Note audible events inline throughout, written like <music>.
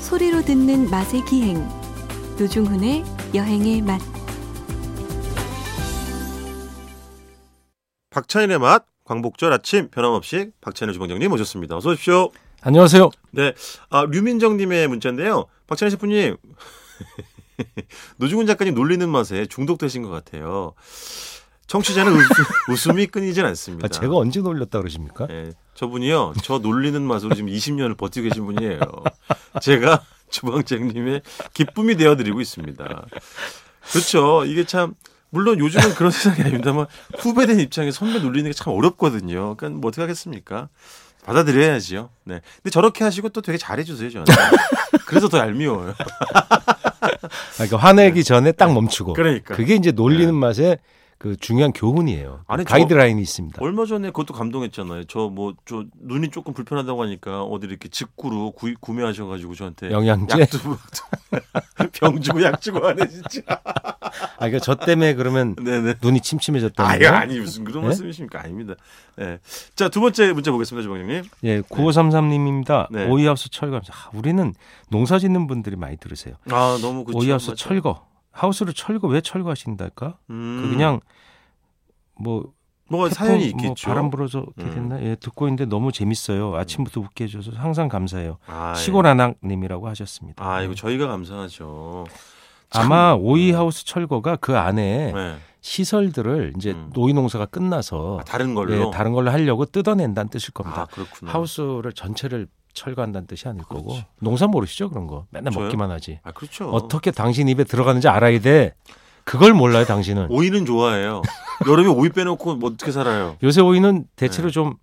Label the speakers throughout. Speaker 1: 소리로 듣는 맛의 기행 노중훈의 여행의 맛
Speaker 2: 박찬일의 맛 광복절 아침 변함없이 박찬일 주방장님 모셨습니다. 어서 오십시오.
Speaker 3: 안녕하세요.
Speaker 2: 네, 아, 류민정님의 문자인데요. 박찬일 셰프님, <laughs> 노중훈 작가님 놀리는 맛에 중독되신 것 같아요. 청취자는 웃음, 이 끊이질 않습니다.
Speaker 3: 아, 제가 언제 놀렸다 그러십니까?
Speaker 2: 네, 저분이요, 저 놀리는 맛으로 지금 20년을 버티고 계신 분이에요. 제가 주방장님의 기쁨이 되어드리고 있습니다. 그렇죠. 이게 참 물론 요즘은 그런 세상이 아닙니다만 후배된 입장에 선배 놀리는 게 참 어렵거든요. 그러니까 뭐 어떻게 하겠습니까? 받아들여야지요. 네. 근데 저렇게 하시고 또 되게 잘해주세요 저한테. 그래서 더 얄미워요.
Speaker 3: 아, 그러니까 화내기 전에 딱 멈추고.
Speaker 2: 네. 그러니까.
Speaker 3: 게 이제 놀리는 맛의 그 중요한 교훈이에요.
Speaker 2: 아니, 저-
Speaker 3: 가이드라인이 있습니다.
Speaker 2: 얼마 전에 그것도 감동했잖아요. 저 뭐 저 눈이 조금 불편하다고 하니까 어디 이렇게 직구로 구, 구매하셔가지고 저한테
Speaker 3: 영양제?
Speaker 2: 약도 막병 주고 약 주고 하네 진짜.
Speaker 3: 아, 그러니까 저 때문에 그러면
Speaker 2: 네네.
Speaker 3: 눈이 침침해졌다는
Speaker 2: 아니
Speaker 3: 거예요?
Speaker 2: 아니 무슨 그런
Speaker 3: 네?
Speaker 2: 말씀이십니까? 아닙니다. 네. 자두 번째 문자 보겠습니다, 주방장님.
Speaker 3: 예, 9533님입니다.
Speaker 2: 네.
Speaker 3: 오이하우스 철거. 아, 우리는 농사 짓는 분들이 많이 들으세요.
Speaker 2: 아 너무 그쵸.
Speaker 3: 오이하우스
Speaker 2: 맞아요.
Speaker 3: 철거. 하우스를 철거 왜 철거하신달까?
Speaker 2: 음,
Speaker 3: 그 그냥 뭐
Speaker 2: 뭐가
Speaker 3: 태풍,
Speaker 2: 사연이
Speaker 3: 뭐
Speaker 2: 있겠죠.
Speaker 3: 바람 불어서 이렇게
Speaker 2: 음.
Speaker 3: 됐나? 예, 듣고 있는데 너무 재밌어요. 아침부터 웃게 해줘서 항상 감사해요.
Speaker 2: 아,
Speaker 3: 시골 아낙님이라고 하셨습니다.
Speaker 2: 아 이거 저희가 감사하죠.
Speaker 3: 아마 오이하우스 철거가 그 안에
Speaker 2: 네.
Speaker 3: 시설들을 이제
Speaker 2: 음.
Speaker 3: 노이농사가 끝나서
Speaker 2: 아, 다른
Speaker 3: 예,
Speaker 2: 걸로.
Speaker 3: 다른 걸로 하려고 뜯어낸다는 뜻일
Speaker 2: 아
Speaker 3: 겁니다.
Speaker 2: 그렇구나.
Speaker 3: 하우스를 전체를 철거한다는 뜻이 아닐 거고
Speaker 2: 그렇지.
Speaker 3: 농사 모르시죠 그런 거 맨날
Speaker 2: 저요?
Speaker 3: 먹기만 하지.
Speaker 2: 아 그렇죠.
Speaker 3: 어떻게 당신 입에 들어가는지 알아야 돼. 그걸 몰라요 당신은.
Speaker 2: 오이는 좋아해요. 여름에 오이 빼놓고 뭐 어떻게 살아요?
Speaker 3: 요새 오이는 대체로
Speaker 2: 네.
Speaker 3: 좀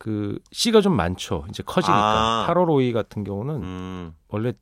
Speaker 3: 그 씨가 좀 많죠. 이제 커지니까
Speaker 2: 아.
Speaker 3: 8월 오이 같은 경우는
Speaker 2: 음.
Speaker 3: 원래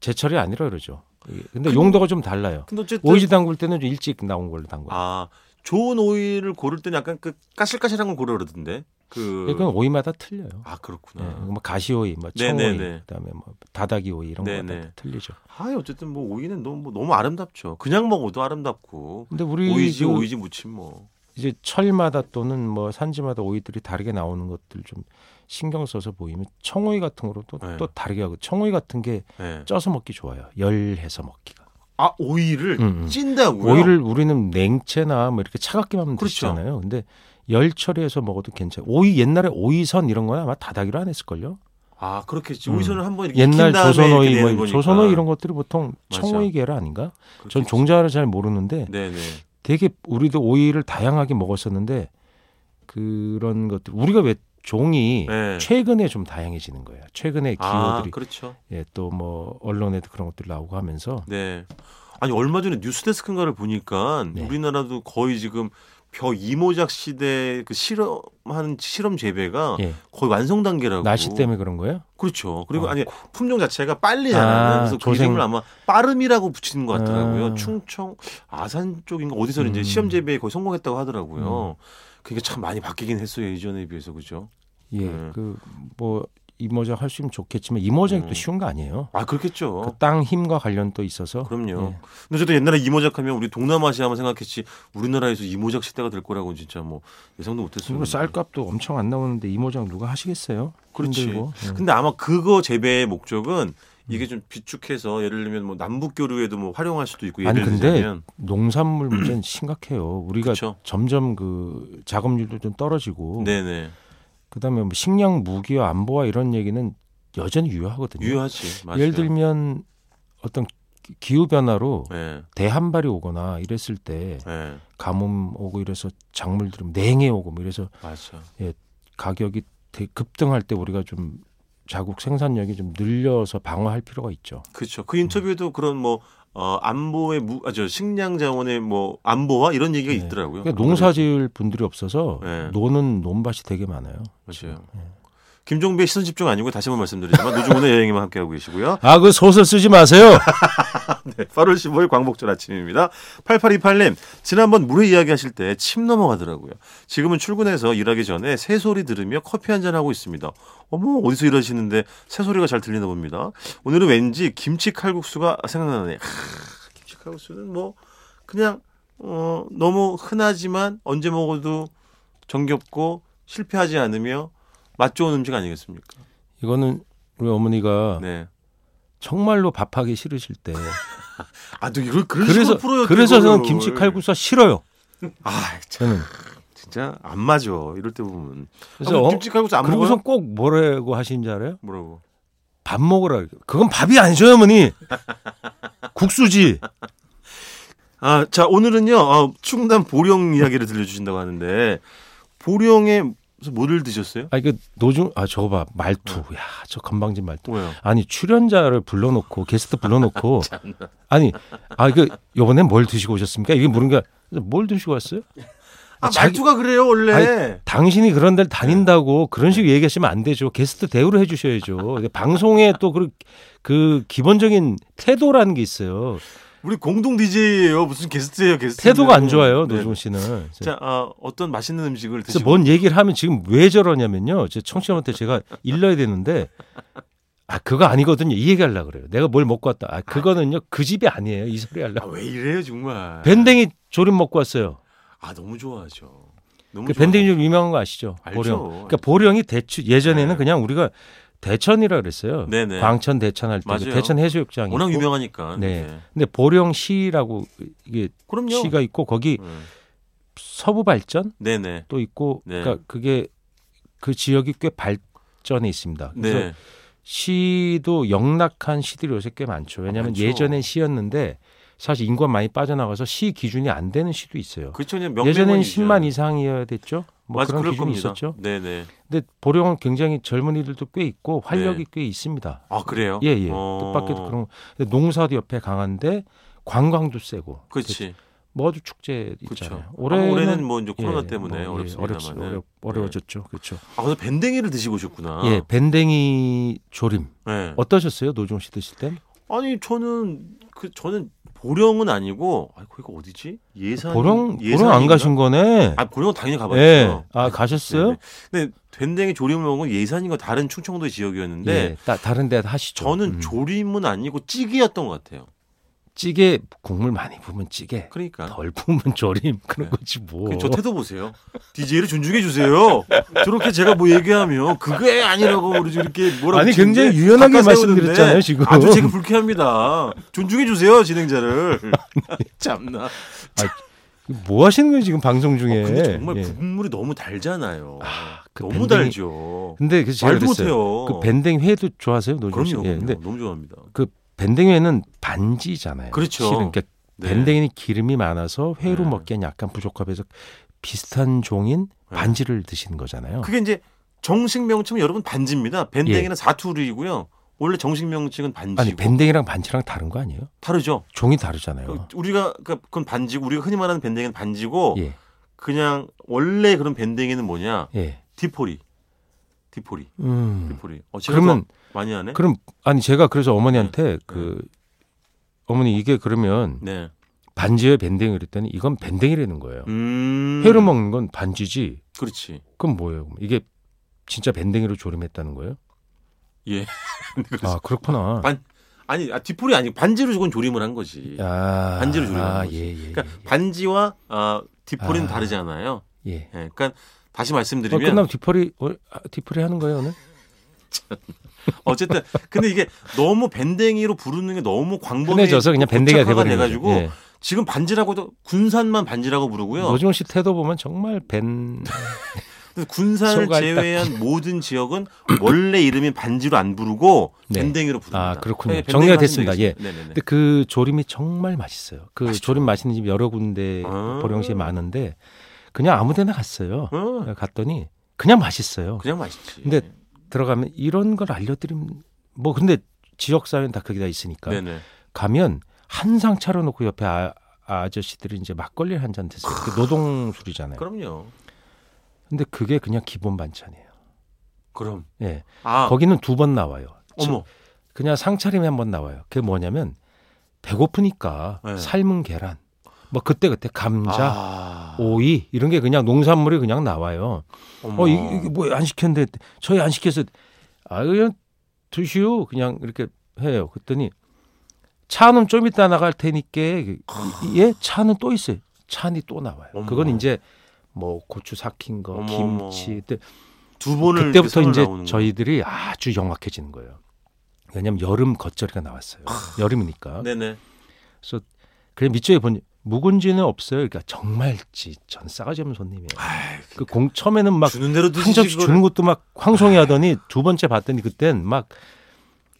Speaker 3: 제철이 아니라 그러죠. 이게. 근데
Speaker 2: 근데-
Speaker 3: 용도가 좀 달라요.
Speaker 2: 근데 어쨌든
Speaker 3: 오이지 담글 때는 좀 일찍 나온 걸로 담궈요.
Speaker 2: 아 좋은 오이를 고를 때는 약간 그 까실까실한 걸 고르라 그러던데. 그
Speaker 3: 예, 그건 오이마다 틀려요.
Speaker 2: 아
Speaker 3: 예,
Speaker 2: 그렇구나.
Speaker 3: 뭐 가시오이, 뭐 청오이,
Speaker 2: 네네네.
Speaker 3: 그다음에 뭐 다다기 오이 이런
Speaker 2: 네네.
Speaker 3: 거다 틀리죠.
Speaker 2: 아 어쨌든 뭐 오이는 너무 뭐 너무 아름답죠. 그냥 먹어도 아름답고
Speaker 3: 근데 우리
Speaker 2: 오이지
Speaker 3: 그
Speaker 2: 오이지 무침 뭐.
Speaker 3: 이제 철마다 또는 뭐 산지마다 오이들이 다르게 나오는 것들 좀 신경 써서 보이면 청오이 같은 거로 또,
Speaker 2: 네.
Speaker 3: 또 다르게 하고 청오이 같은 게
Speaker 2: 예.
Speaker 3: 쪄서 먹기 좋아요. 열해서 먹기가.
Speaker 2: 아 오이를
Speaker 3: 음, 음.
Speaker 2: 찐다고요?
Speaker 3: 오이를 우리는 냉채나 뭐 이렇게 차갑게 하면
Speaker 2: 그렇죠.
Speaker 3: 되잖아요. 근데 열 처리해서 먹어도 괜찮아요. 오이 옛날에 오이선 이런 거는 아마 다다기로 안 했을걸요.
Speaker 2: 아 그렇겠지.
Speaker 3: 음.
Speaker 2: 오이선을 한번 이렇게
Speaker 3: 옛날
Speaker 2: 익힌 다음에 이렇게
Speaker 3: 조선오이
Speaker 2: 내는
Speaker 3: 뭐
Speaker 2: 거니까.
Speaker 3: 조선오이 이런 것들이 보통
Speaker 2: 맞아. 그렇죠.
Speaker 3: 청오이 계라 아닌가? 전
Speaker 2: 그렇겠지.
Speaker 3: 종자를 예, 잘 모르는데
Speaker 2: 네네.
Speaker 3: 되게 우리도 오이를 다양하게 먹었었는데 그런 것들 우리가 왜 종이
Speaker 2: 네.
Speaker 3: 최근에 좀 다양해지는 거예요. 최근에
Speaker 2: 아
Speaker 3: 기호들이
Speaker 2: 그렇죠.
Speaker 3: 예, 또 뭐 언론에도 그런 것들이 나오고 하면서
Speaker 2: 네. 아니 얼마 전에 뉴스데스크인가를 보니까
Speaker 3: 네.
Speaker 2: 우리나라도 거의 지금 벼 이모작 시대 그 실험하는 실험 재배가
Speaker 3: 예,
Speaker 2: 거의 완성 단계라고.
Speaker 3: 날씨 때문에 그런 거예요?
Speaker 2: 그렇죠. 그리고
Speaker 3: 아,
Speaker 2: 아니 품종 자체가 빨리잖아요.
Speaker 3: 아,
Speaker 2: 그래서 그
Speaker 3: 고생.
Speaker 2: 이름을 아마 빠름이라고 붙이는 것 같더라고요.
Speaker 3: 아.
Speaker 2: 충청 아산 쪽인가 어디서 이제
Speaker 3: 음.
Speaker 2: 실험 재배에 거의 성공했다고 하더라고요. 그게 참 많이 바뀌긴 했어요 예전에 비해서 그죠.
Speaker 3: 예,
Speaker 2: 음.
Speaker 3: 그 뭐 이모작 할 수 있으면 좋겠지만 이모작이
Speaker 2: 음.
Speaker 3: 또 쉬운 거 아니에요.
Speaker 2: 아 그렇겠죠.
Speaker 3: 그 땅 힘과 관련도 있어서
Speaker 2: 그럼요.
Speaker 3: 예.
Speaker 2: 근데 저도 옛날에 이모작하면 우리 동남아시아만 생각했지 우리나라에서 이모작 시대가 될 거라고 진짜 뭐 예상도 못했어요.
Speaker 3: 그리고 쌀값도 엄청 안 나오는데 이모작 누가 하시겠어요?
Speaker 2: 그렇지.
Speaker 3: 힘들고. 예. 음.
Speaker 2: 근데 아마 그거 재배의 목적은 이게 좀 비축해서 예를 들면 뭐 남북 교류에도 뭐 활용할 수도 있고 예를
Speaker 3: 아니, 근데
Speaker 2: 들면
Speaker 3: 농산물 문제는 심각해요. 우리가
Speaker 2: 음. 그렇죠.
Speaker 3: 점점 그 작업률도 좀 떨어지고
Speaker 2: 네네
Speaker 3: 그다음에 뭐 식량 무기와 안보와 이런 얘기는 여전히 유효하거든요.
Speaker 2: 유효하지. 맞아요.
Speaker 3: 예를 들면 어떤 기후 변화로
Speaker 2: 예,
Speaker 3: 대한발이 오거나 이랬을 때
Speaker 2: 예,
Speaker 3: 가뭄 오고 이래서 작물들이 냉해 오고 뭐 이래서
Speaker 2: 맞아.
Speaker 3: 가격이 대- 급등할 때 우리가 좀 자국 생산력이 좀 늘려서 방어할 필요가 있죠.
Speaker 2: 그렇죠. 그 인터뷰에도
Speaker 3: 음.
Speaker 2: 그런 뭐 어, 안보의 무, 아, 저 식량 자원의 뭐 안보와 이런 얘기가
Speaker 3: 네.
Speaker 2: 있더라고요.
Speaker 3: 그러니까 농사 지을 분들이 없어서
Speaker 2: 네.
Speaker 3: 노는 논밭이 되게 많아요.
Speaker 2: 맞아요. 김종배 의 시선 집중 아니고 다시 한번 말씀드리지만 노중훈의 <laughs> 여행에만 함께하고 계시고요.
Speaker 3: 아 그 소설 쓰지 마세요.
Speaker 2: 네, 8월 15일 광복절 아침입니다. 8828님, 지난번 물회 이야기 하실 때 침 넘어가더라고요. 지금은 출근해서 일하기 전에 새소리 들으며 커피 한 잔 하고 있습니다. 어머, 어디서 일하시는데 새소리가 잘 들리나 봅니다. 오늘은 왠지 김치 칼국수가 생각나네. 하, 김치 칼국수는 뭐, 그냥, 어, 너무 흔하지만 언제 먹어도 정겹고 실패하지 않으며 맛 좋은 음식 아니겠습니까?
Speaker 3: 이거는 우리 어머니가
Speaker 2: 네.
Speaker 3: 정말로 밥하기 싫으실 때
Speaker 2: 아, 또 이걸 그런
Speaker 3: 그래서
Speaker 2: 식으로 풀어요.
Speaker 3: 그래서 저는
Speaker 2: 이거를.
Speaker 3: 김치 칼국수가 싫어요.
Speaker 2: 아, 참,
Speaker 3: 저는
Speaker 2: 진짜 안 맞아. 이럴 때 보면.
Speaker 3: 그래서
Speaker 2: 아,
Speaker 3: 어,
Speaker 2: 김치 칼국수 안 먹어요?
Speaker 3: 그리고선 꼭 뭐라고 하시는 줄 알아요?
Speaker 2: 뭐라고?
Speaker 3: 밥 먹으라. 그건 밥이
Speaker 2: <laughs>
Speaker 3: 아니죠, 어머니. 국수지.
Speaker 2: 아, 자, 오늘은요. 아, 충남 보령 이야기를 들려주신다고 하는데 보령에 무슨 뭐를 드셨어요?
Speaker 3: 아 이거 노중 아 저거 봐 말투.
Speaker 2: 네.
Speaker 3: 야 저 건방진 말투.
Speaker 2: 뭐요?
Speaker 3: 아니 출연자를 불러놓고 게스트
Speaker 2: <laughs>
Speaker 3: 불러놓고 아니 아 이거 요번엔 뭘 드시고 오셨습니까? 이게 모르니까 뭘 드시고 왔어요?
Speaker 2: 아,
Speaker 3: 자기-
Speaker 2: 말투가 그래요, 원래.
Speaker 3: 아니, 당신이 그런 데를
Speaker 2: 네.
Speaker 3: 다닌다고 그런 식으로 얘기하시면 안 되죠. 게스트 대우를 해주셔야죠. 근데
Speaker 2: <laughs>
Speaker 3: 방송에 또 그 그 기본적인 태도라는 게 있어요.
Speaker 2: 우리 공동 DJ예요. 무슨 게스트예요, 게스트.
Speaker 3: 태도가 안 좋아요,
Speaker 2: 네.
Speaker 3: 노중 씨는.
Speaker 2: 자, 아, 어떤 맛있는 음식을
Speaker 3: 그래서
Speaker 2: 드시고
Speaker 3: 뭔 얘기를 하면 지금 왜 저러냐면요. 제 청취자한테 제가 일러야 되는데 아 그거 아니거든요. 이 얘기 하려 고 그래요. 내가 뭘 먹고 왔다. 아 그거는요. 그 집이 아니에요. 이 소리 하려.
Speaker 2: 아,
Speaker 3: 고
Speaker 2: 왜 이래요, 정말.
Speaker 3: 밴댕이 조림 먹고 왔어요.
Speaker 2: 아, 너무 좋아하죠. 너무
Speaker 3: 그
Speaker 2: 좋아.
Speaker 3: 밴댕이 좀 유명한 거 아시죠?
Speaker 2: 알죠.
Speaker 3: 보령. 그러니까 보령이 대추 예전에는
Speaker 2: 네.
Speaker 3: 그냥 우리가 대천이라 그랬어요.
Speaker 2: 네네.
Speaker 3: 광천 대천 할 때
Speaker 2: 맞아요.
Speaker 3: 대천 해수욕장이
Speaker 2: 워낙
Speaker 3: 있고.
Speaker 2: 유명하니까.
Speaker 3: 네.
Speaker 2: 네.
Speaker 3: 근데 보령시라고 이게
Speaker 2: 그럼요.
Speaker 3: 시가 있고 거기
Speaker 2: 음.
Speaker 3: 서부 발전
Speaker 2: 네네.
Speaker 3: 또 있고
Speaker 2: 네.
Speaker 3: 그러니까 그게 그 지역이 꽤 발전해 있습니다. 그래서
Speaker 2: 네.
Speaker 3: 시도 영락한 시들이 요새 꽤 많죠. 왜냐하면
Speaker 2: 많죠.
Speaker 3: 예전엔 시였는데 사실 인구가 많이 빠져나가서 시 기준이 안 되는 시도 있어요.
Speaker 2: 그렇죠.
Speaker 3: 예전엔 10만 이상이어야 됐죠. 뭐
Speaker 2: 맞아,
Speaker 3: 그런
Speaker 2: 그럴
Speaker 3: 기준이
Speaker 2: 겁니다.
Speaker 3: 있었죠.
Speaker 2: 네네.
Speaker 3: 근데 보령은 굉장히 젊은이들도 꽤 있고 활력이 꽤 있습니다.
Speaker 2: 아 그래요?
Speaker 3: 예, 예.
Speaker 2: 어.
Speaker 3: 뜻밖에도 그런. 근데 농사도 옆에 강한데 관광도 세고.
Speaker 2: 그렇지.
Speaker 3: 뭐 아주 축제
Speaker 2: 그렇죠.
Speaker 3: 있잖아요.
Speaker 2: 올해는,
Speaker 3: 올해는
Speaker 2: 뭐 이제 코로나
Speaker 3: 예,
Speaker 2: 때문에
Speaker 3: 뭐, 예, 어렵지,
Speaker 2: 어렵습니다만.
Speaker 3: 어렵, 어려워졌죠. 그렇죠.
Speaker 2: 아 그래서 밴댕이를 드시고 오셨구나.
Speaker 3: 예, 밴댕이 조림
Speaker 2: 아. 네.
Speaker 3: 어떠셨어요? 노종 씨 드실 땐?
Speaker 2: 아니 저는 그 저는 보령은 아니고 아 거기가 어디지? 예산.
Speaker 3: 보령 보령
Speaker 2: 예산인가?
Speaker 3: 안 가신 거네.
Speaker 2: 아 보령 당연히 가봤죠.
Speaker 3: 예, 아 가셨어요?
Speaker 2: 네네. 근데 밴댕이 조림을 먹은 건 예산인가 다른 충청도 의 지역이었는데
Speaker 3: 예, 따, 다른 데 하시죠.
Speaker 2: 네, 저는
Speaker 3: 음.
Speaker 2: 조림은 아니고 찌개였던 것 같아요.
Speaker 3: 찌개 국물 많이 부으면 찌개,
Speaker 2: 그러니까.
Speaker 3: 덜 부으면 조림 그런 거지 뭐.
Speaker 2: 그저 태도 보세요. DJ를 존중해 주세요. 저렇게 제가 뭐 얘기하면 그게 아니라고 우리 지금 이렇게 뭐라고
Speaker 3: 아니,
Speaker 2: 붙이는데
Speaker 3: 굉장히 유연하게
Speaker 2: 바깥 세우는데
Speaker 3: 말씀드렸잖아요, 지금.
Speaker 2: 아주 제가 불쾌합니다. 존중해 주세요
Speaker 3: <laughs>
Speaker 2: 진행자를. 참나.
Speaker 3: 뭐 하시는 거예요 지금 방송 중에?
Speaker 2: 어, 근데 정말
Speaker 3: 예.
Speaker 2: 국물이 너무 달잖아요.
Speaker 3: 그
Speaker 2: 너무
Speaker 3: 밴댕이-
Speaker 2: 달죠.
Speaker 3: 근데 그래서 제가
Speaker 2: 말도
Speaker 3: 그랬어요.
Speaker 2: 못해요.
Speaker 3: 그 밴댕 회도 좋아하세요, 노종 씨?
Speaker 2: 그럼요.
Speaker 3: 예,
Speaker 2: 그럼요.
Speaker 3: 근데
Speaker 2: 너무 좋아합니다.
Speaker 3: 그 밴댕이회는 반지잖아요.
Speaker 2: 그렇죠.
Speaker 3: 실은 그러니까
Speaker 2: 네.
Speaker 3: 밴댕이는 기름이 많아서 회로
Speaker 2: 네.
Speaker 3: 먹기엔 약간 부족합해서 비슷한 종인
Speaker 2: 네.
Speaker 3: 반지를 드시는 거잖아요.
Speaker 2: 그게 이제 정식 명칭은 여러분 반지입니다. 밴댕이는 사투리이고요. 원래 정식 명칭은 반지고
Speaker 3: 예. 아니 밴댕이랑 반지랑 다른 거 아니에요?
Speaker 2: 다르죠.
Speaker 3: 종이
Speaker 2: 그
Speaker 3: 다르잖아요.
Speaker 2: 우리가 그러니까 그건 반지고 우리가 흔히 말하는 밴댕이는 반지고
Speaker 3: 예,
Speaker 2: 그냥 원래 그런 밴댕이는 뭐냐?
Speaker 3: 예.
Speaker 2: 디포리. 디포리.
Speaker 3: 음.
Speaker 2: 디포리. 어, 제가 그러면
Speaker 3: 그러면
Speaker 2: 많이 하네.
Speaker 3: 그럼 아니 제가 그래서 어머니한테 그 어머니 이게 그러면
Speaker 2: 네.
Speaker 3: 반지에 밴댕이 그랬더니 이건 밴댕이라는 거예요.
Speaker 2: 음.
Speaker 3: 회로 먹는 건 반지지.
Speaker 2: 그렇지.
Speaker 3: 그럼 뭐예요? 그럼? 이게 진짜 밴댕이로 조림했다는 거예요?
Speaker 2: 예.
Speaker 3: 아 그렇구나.
Speaker 2: 반 아니, 아, 디포리 아니고 반지로 저건 조림을 한 거지.
Speaker 3: 아,
Speaker 2: 반지로 조리는
Speaker 3: 아,
Speaker 2: 거지.
Speaker 3: 예, 예,
Speaker 2: 그러니까 반지와 아, 디포리는
Speaker 3: 아.
Speaker 2: 다르잖아요.
Speaker 3: 예. 예.
Speaker 2: 예. 그러니까 다시
Speaker 3: 어,
Speaker 2: 말씀드리면
Speaker 3: 끝나면 뒤풀이 어, 아, 뒤풀이 하는 거예요 오늘?
Speaker 2: 어쨌든 근데 이게 너무 밴댕이로 부르는 게 너무 광범위
Speaker 3: 흔해져서 그냥 밴댕이가
Speaker 2: 고착화가
Speaker 3: 돼버린
Speaker 2: 돼가지고
Speaker 3: 거죠. 예.
Speaker 2: 지금 반지라고도 군산만 반지라고 부르고요.
Speaker 3: 노종 씨 태도 보면 정말 밴
Speaker 2: 네. 그래서 군산을
Speaker 3: 소갈딱.
Speaker 2: 제외한 모든 지역은 원래 이름이 반지로 안 부르고
Speaker 3: 네.
Speaker 2: 밴댕이로 부릅니다. 네,
Speaker 3: 아, 그렇군요.
Speaker 2: 밴댕이
Speaker 3: 정리가
Speaker 2: 말씀
Speaker 3: 됐습니다.
Speaker 2: 드리겠습니다. 네네네.
Speaker 3: 근데 그 조림이 정말 맛있어요. 그
Speaker 2: 맛있죠.
Speaker 3: 조림 맛있는 집 여러 군데
Speaker 2: 아.
Speaker 3: 보령시에 많은데 그냥 아무데나 갔어요.
Speaker 2: 어,
Speaker 3: 갔더니 그냥 맛있어요.
Speaker 2: 그냥 맛있지.
Speaker 3: 근데 들어가면 이런 걸 알려드리면 뭐 근데 지역 사회는 다 거기 다 있으니까
Speaker 2: 네네.
Speaker 3: 가면 한 상 차려놓고 옆에 아, 아저씨들이 이제 막걸리 한 잔 드세요. 그 노동술이잖아요.
Speaker 2: 그럼요.
Speaker 3: 근데 그게 그냥 기본 반찬이에요.
Speaker 2: 그럼
Speaker 3: 예.
Speaker 2: 아
Speaker 3: 거기는 두 번 나와요.
Speaker 2: 어머
Speaker 3: 그냥 상차림에 한 번 나와요. 그게 뭐냐면 배고프니까
Speaker 2: 네.
Speaker 3: 삶은 계란, 뭐 그때 그때 감자,
Speaker 2: 아,
Speaker 3: 오이 이런 게 그냥 농산물이 그냥 나와요.
Speaker 2: 어머.
Speaker 3: 어 이게, 뭐 안 시켰는데 저희 안 시켜서 아 그냥 드시오 그냥 이렇게 해요. 그랬더니 차는 좀 이따 나갈 테니까
Speaker 2: 아,
Speaker 3: 예 차는 또 있어요. 찬이 또 나와요.
Speaker 2: 어머.
Speaker 3: 그건 이제 뭐 고추 삭힌 거,
Speaker 2: 어머,
Speaker 3: 김치. 근데
Speaker 2: 두 번을
Speaker 3: 그때부터
Speaker 2: 이렇게 선을
Speaker 3: 이제
Speaker 2: 나오는 거.
Speaker 3: 저희들이 아주 영악해지는 거예요. 왜냐면 여름 겉절이가 나왔어요. 여름이니까.
Speaker 2: 아, 네네.
Speaker 3: 그래서 그래 밑줄에 본 묵은지는 없어요. 그러니까 정말 지전 싸가지 없는 손님이에요. 그 공 처음에는 막
Speaker 2: 그러니까 주는 아. 대로
Speaker 3: 한
Speaker 2: 드시지
Speaker 3: 접시
Speaker 2: 그걸
Speaker 3: 주는 것도 막 황송해하더니 두 번째 봤더니 그땐 막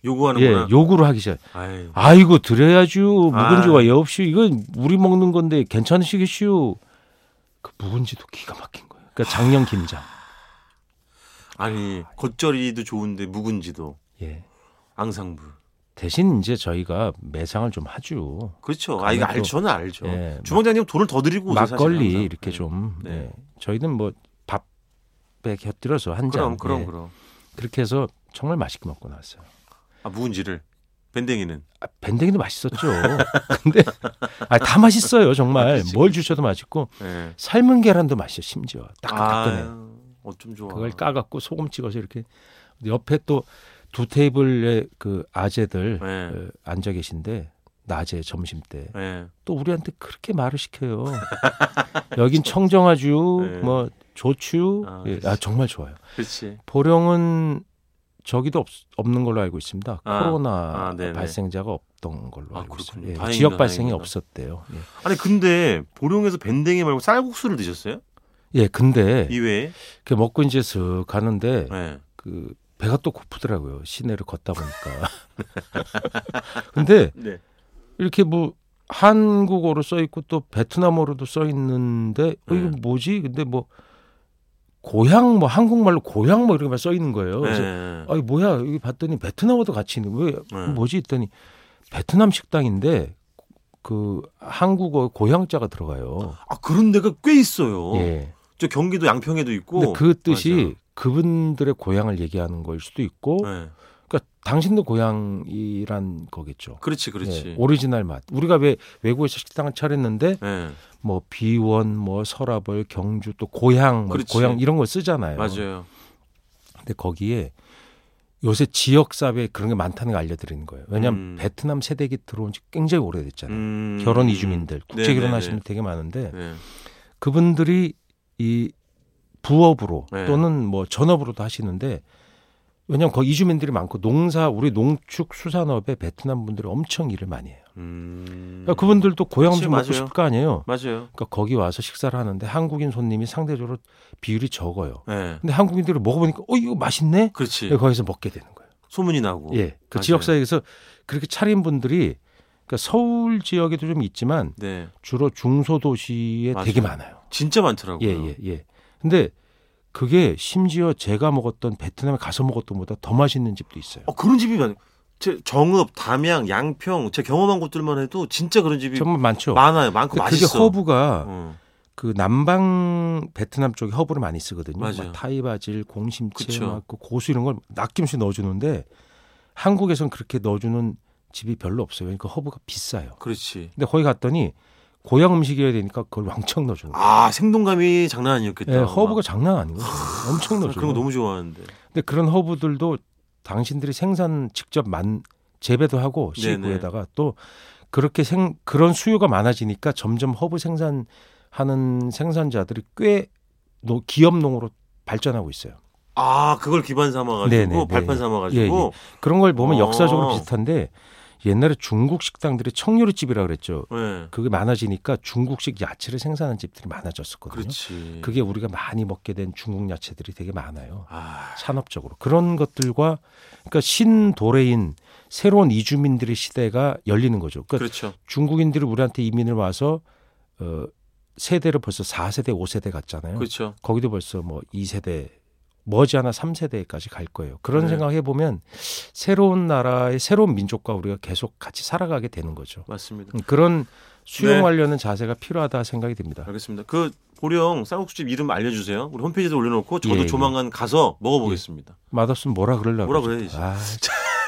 Speaker 3: 예,
Speaker 2: 요구하는구나.
Speaker 3: 요구를 하기 시작.
Speaker 2: 아유.
Speaker 3: 아이고 드려야죠. 묵은지와
Speaker 2: 아이.
Speaker 3: 예 없이 이건 우리 먹는 건데 괜찮으시겠슈. 그 묵은지도 기가 막힌 거예요. 그러니까 장년 김장.
Speaker 2: 아니 겉절이도 좋은데 묵은지도
Speaker 3: 예.
Speaker 2: 앙상블.
Speaker 3: 대신 이제 저희가 매상을 좀 하죠.
Speaker 2: 그렇죠. 아 이거
Speaker 3: 그러면 또-
Speaker 2: 알죠, 는 알죠.
Speaker 3: 예, 막-
Speaker 2: 주방장님 돈을 더 드리고 오세요. 뭐 사실은
Speaker 3: 막걸리
Speaker 2: 항상.
Speaker 3: 이렇게
Speaker 2: 예.
Speaker 3: 좀
Speaker 2: 네.
Speaker 3: 예. 저희는 뭐 밥에 곁들여서 한
Speaker 2: 그럼
Speaker 3: 잔.
Speaker 2: 그럼
Speaker 3: 예.
Speaker 2: 그럼.
Speaker 3: 그렇게 해서 정말 맛있게 먹고 나왔어요.
Speaker 2: 아 묵은지를 밴댕이는
Speaker 3: 아, 밴댕이도 맛있었죠. <laughs> 근데 아, 다 맛있어요 정말.
Speaker 2: 아, 그치.
Speaker 3: 뭘 주셔도 맛있고
Speaker 2: 예.
Speaker 3: 삶은 계란도 맛있어 심지어 따끈따끈해.
Speaker 2: 아, 어쩜 좋아.
Speaker 3: 그걸 까갖고 소금 찍어서 이렇게 근데 옆에 또 두 테이블의 그 아재들
Speaker 2: 네.
Speaker 3: 어, 앉아 계신데 낮에 점심 때 또
Speaker 2: 예.
Speaker 3: 우리한테 그렇게 말을 시켜요. 여긴 청정하주,
Speaker 2: <laughs> 네.
Speaker 3: 뭐 좋추,
Speaker 2: 아,
Speaker 3: 아,
Speaker 2: 그치.
Speaker 3: 아 정말 좋아요.
Speaker 2: 그렇지.
Speaker 3: 보령은 저기도 없, 없는 걸로 알고 있습니다.
Speaker 2: 아,
Speaker 3: 코로나
Speaker 2: 아, 네네.
Speaker 3: 발생자가 없던 걸로
Speaker 2: 아,
Speaker 3: 알고
Speaker 2: 그렇군요.
Speaker 3: 있습니다. 예,
Speaker 2: 다행이다,
Speaker 3: 지역 발생이
Speaker 2: 다행이다.
Speaker 3: 없었대요. 예.
Speaker 2: 아니 근데 보령에서 밴댕이 말고 쌀국수를 드셨어요?
Speaker 3: 예, 근데
Speaker 2: 이외에.
Speaker 3: 그 먹고 이제 슥 가는데
Speaker 2: 예.
Speaker 3: 그 배가 또 고프더라고요. 시내를
Speaker 2: <laughs>
Speaker 3: 걷다 보니까. 근데
Speaker 2: 네.
Speaker 3: 이렇게 뭐 한국어로 써 있고 또 베트남어로도 써 있는데 어, 이거
Speaker 2: 네.
Speaker 3: 뭐지? 근데 뭐 고향 뭐 한국말로 고향 뭐 이렇게 써 있는 거예요. 그래서
Speaker 2: 예.
Speaker 3: 아이 뭐야? 여기 봤더니 베트남어도 같이 있는 거예요. 왜
Speaker 2: 네.
Speaker 3: 어, 뭐지 했더니 베트남 식당인데 그 한국어 고향자가 들어가요.
Speaker 2: 아 그런 데가 꽤 있어요.
Speaker 3: 예.
Speaker 2: 저 경기도 양평에도 있고.
Speaker 3: 근데 그 뜻이
Speaker 2: 맞아요.
Speaker 3: 그분들의 고향을 얘기하는 걸 수도 있고
Speaker 2: 예.
Speaker 3: 그러니까 당신도 고향이란 거겠죠.
Speaker 2: 그렇지 그렇지.
Speaker 3: 예, 오리지널 맛. 우리가 왜 외국에서 식당을 차렸는데
Speaker 2: 예.
Speaker 3: 뭐 비원, 뭐 서라벌, 경주 또 고향, 뭐
Speaker 2: 그렇지.
Speaker 3: 고향 이런 걸 쓰잖아요.
Speaker 2: 예. 맞아요.
Speaker 3: 근데 거기에 요새 지역 사회에 그런 게 많다는 걸 알려드리는 거예요. 왜냐하면
Speaker 2: 음.
Speaker 3: 베트남 세대기 들어온 지 굉장히 오래됐잖아요.
Speaker 2: 음.
Speaker 3: 네. 결혼 이주민들, 국제
Speaker 2: 네네네.
Speaker 3: 결혼하시는 분 되게 많은데
Speaker 2: 네.
Speaker 3: 그분들이 이 부업으로
Speaker 2: 네.
Speaker 3: 또는 뭐 전업으로도 하시는데 왜냐하면 거기 이주민들이 많고 농사 우리 농축 수산업에 베트남 분들이 엄청 일을 많이 해요.
Speaker 2: 음.
Speaker 3: 그러니까 그분들도 고향
Speaker 2: 그치,
Speaker 3: 음식 먹고
Speaker 2: 맞아요.
Speaker 3: 싶을 거 아니에요.
Speaker 2: 맞아요.
Speaker 3: 그러니까 거기 와서 식사를 하는데 한국인 손님이 상대적으로 비율이 적어요.
Speaker 2: 예.
Speaker 3: 근데 한국인들이 먹어보니까 어 이거 맛있네. 예,
Speaker 2: 그렇지.
Speaker 3: 거기서 먹게 되는 거예요.
Speaker 2: 소문이 나고.
Speaker 3: 예, 그
Speaker 2: 예. 맞아요.
Speaker 3: 지역 사회에서 그렇게 차린 분들이 그러니까 서울 지역에도 좀 있지만
Speaker 2: 네.
Speaker 3: 주로 중소도시에
Speaker 2: 맞아요.
Speaker 3: 되게 많아요.
Speaker 2: 진짜 많더라고요.
Speaker 3: 예, 예, 예. 근데 그게 심지어 제가 먹었던 베트남에 가서 먹었던 보다 더 맛있는 집도 있어요.
Speaker 2: 어, 그런 집이 많아요. 제 정읍, 담양, 양평, 제가 경험한 곳들만 해도 진짜 그런 집이
Speaker 3: 정말 많죠.
Speaker 2: 많아요. 많고
Speaker 3: 근데 그게
Speaker 2: 맛있어.
Speaker 3: 허브가
Speaker 2: 어.
Speaker 3: 그 남방 베트남 쪽에 허브를 많이 쓰거든요.
Speaker 2: 맞아요.
Speaker 3: 막 타이바질, 공심채,
Speaker 2: 그쵸.
Speaker 3: 막그 고수 이런 걸 낚임없이 넣어주는데 한국에선 그렇게 넣어주는 집이 별로 없어요. 그러니까 허브가 비싸요.
Speaker 2: 그렇지.
Speaker 3: 근데 거기 갔더니 고향 음식이어야 되니까 그걸 왕창 넣어주는 거예요.
Speaker 2: 아, 생동감이 장난 아니었겠다.
Speaker 3: 예,
Speaker 2: 막.
Speaker 3: 허브가 장난 아니고 엄청
Speaker 2: 아,
Speaker 3: 넣어줘요.
Speaker 2: 그런 거 너무 좋아하는데.
Speaker 3: 근데 그런 허브들도 당신들이 생산 직접 만 재배도 하고
Speaker 2: 네네.
Speaker 3: 시구에다가 또 그렇게 생 그런 수요가 많아지니까 점점 허브 생산하는 생산자들이 꽤 노, 기업 농으로 발전하고 있어요.
Speaker 2: 아, 그걸 기반 삼아 가지고
Speaker 3: 네네네. 예,
Speaker 2: 발판 삼아 가지고 예,
Speaker 3: 그런 걸 보면
Speaker 2: 어.
Speaker 3: 역사적으로 비슷한데 옛날에 중국 식당들이 청요리집이라 그랬죠.
Speaker 2: 예.
Speaker 3: 그게 많아지니까 중국식 야채를 생산하는 집들이 많아졌었거든요.
Speaker 2: 그렇지.
Speaker 3: 그게 우리가 많이 먹게 된 중국 야채들이 되게 많아요.
Speaker 2: 아,
Speaker 3: 산업적으로 그런 것들과 그러니까 신도래인 새로운 이주민들의 시대가 열리는 거죠. <laughs> 그러니까
Speaker 2: 그렇죠.
Speaker 3: 중국인들이 우리한테 이민을 와서 어 세대를 벌써 4세대, 5세대 갔잖아요.
Speaker 2: 그렇죠.
Speaker 3: 거기도 벌써 뭐 2세대 머지않아 3세대까지 갈 거예요. 그런
Speaker 2: 네.
Speaker 3: 생각해 보면 새로운 나라의 새로운 민족과 우리가 계속 같이 살아가게 되는 거죠.
Speaker 2: 맞습니다.
Speaker 3: 음, 그런
Speaker 2: 네.
Speaker 3: 수용하려는 자세가 필요하다 생각이 듭니다.
Speaker 2: 알겠습니다. 그 보령 쌍국수집 이름 알려 주세요. 우리 홈페이지에 올려 놓고 저도
Speaker 3: 예, 예.
Speaker 2: 조만간 가서 먹어 보겠습니다.
Speaker 3: 맛없으면 뭐라 그러려고
Speaker 2: 뭐라
Speaker 3: 그러지?
Speaker 2: <laughs> 그래야지.
Speaker 3: 아,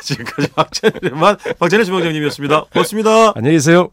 Speaker 2: 지금까지 박찬일의 맛, 박찬일 주방장님이었습니다. 고맙습니다.
Speaker 3: 안녕히 계세요.